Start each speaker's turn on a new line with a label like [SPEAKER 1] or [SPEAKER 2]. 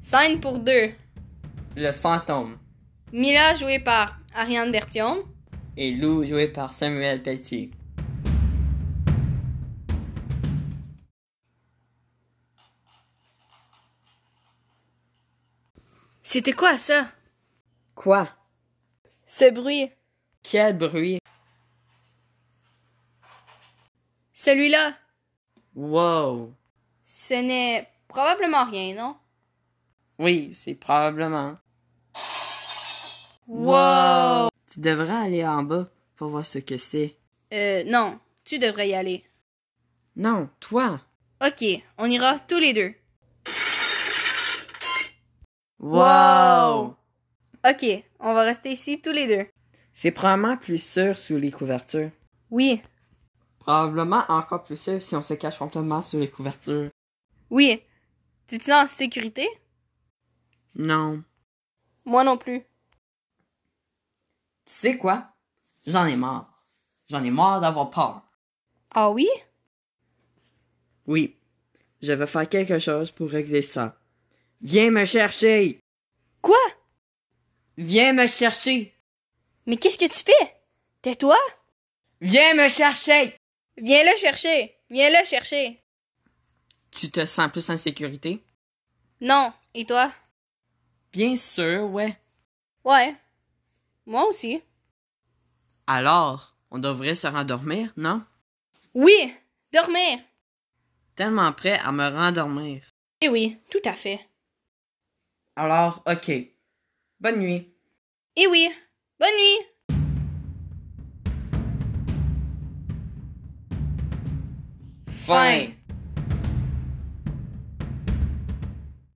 [SPEAKER 1] Scène pour deux.
[SPEAKER 2] Le fantôme
[SPEAKER 1] Mila jouée par Ariane Bertillon.
[SPEAKER 2] et Lou joué par Samuel Petit.
[SPEAKER 1] C'était quoi ça?
[SPEAKER 2] Quoi
[SPEAKER 1] Ce bruit.
[SPEAKER 2] Quel bruit
[SPEAKER 1] Celui-là.
[SPEAKER 2] Wow
[SPEAKER 1] Ce n'est probablement rien, non?
[SPEAKER 2] Oui, c'est probablement.
[SPEAKER 1] Wow!
[SPEAKER 2] Tu devrais aller en bas pour voir ce que c'est.
[SPEAKER 1] Euh, non, tu devrais y aller.
[SPEAKER 2] Non, toi
[SPEAKER 1] Ok, on ira tous les deux.
[SPEAKER 2] Wow
[SPEAKER 1] Ok, on va rester ici tous les deux.
[SPEAKER 2] C'est probablement plus sûr sous les couvertures.
[SPEAKER 1] Oui,
[SPEAKER 2] Probablement encore plus sûr si on se cache complètement sous les couvertures.
[SPEAKER 1] oui. Tu te sens en sécurité?
[SPEAKER 2] Non.
[SPEAKER 1] Moi non plus.
[SPEAKER 2] Tu sais quoi J'en ai marre. J'en ai marre d'avoir peur.
[SPEAKER 1] Ah oui?
[SPEAKER 2] Oui. Je vais faire quelque chose pour régler ça. Viens me chercher
[SPEAKER 1] Quoi?
[SPEAKER 2] Viens me chercher
[SPEAKER 1] Mais qu'est-ce que tu fais? Tais-toi!
[SPEAKER 2] Viens me chercher
[SPEAKER 1] Viens le chercher! Viens le chercher!
[SPEAKER 2] Tu te sens plus en sécurité
[SPEAKER 1] Non, et toi?
[SPEAKER 2] Bien sûr, ouais.
[SPEAKER 1] Ouais. Moi aussi.
[SPEAKER 2] Alors, on devrait se rendormir, non
[SPEAKER 1] Oui! Dormir!
[SPEAKER 2] Tellement prêt à me rendormir.
[SPEAKER 1] Eh oui, tout à fait.
[SPEAKER 2] Alors, ok. Bonne nuit.
[SPEAKER 1] Eh oui! Bonne nuit! Fin.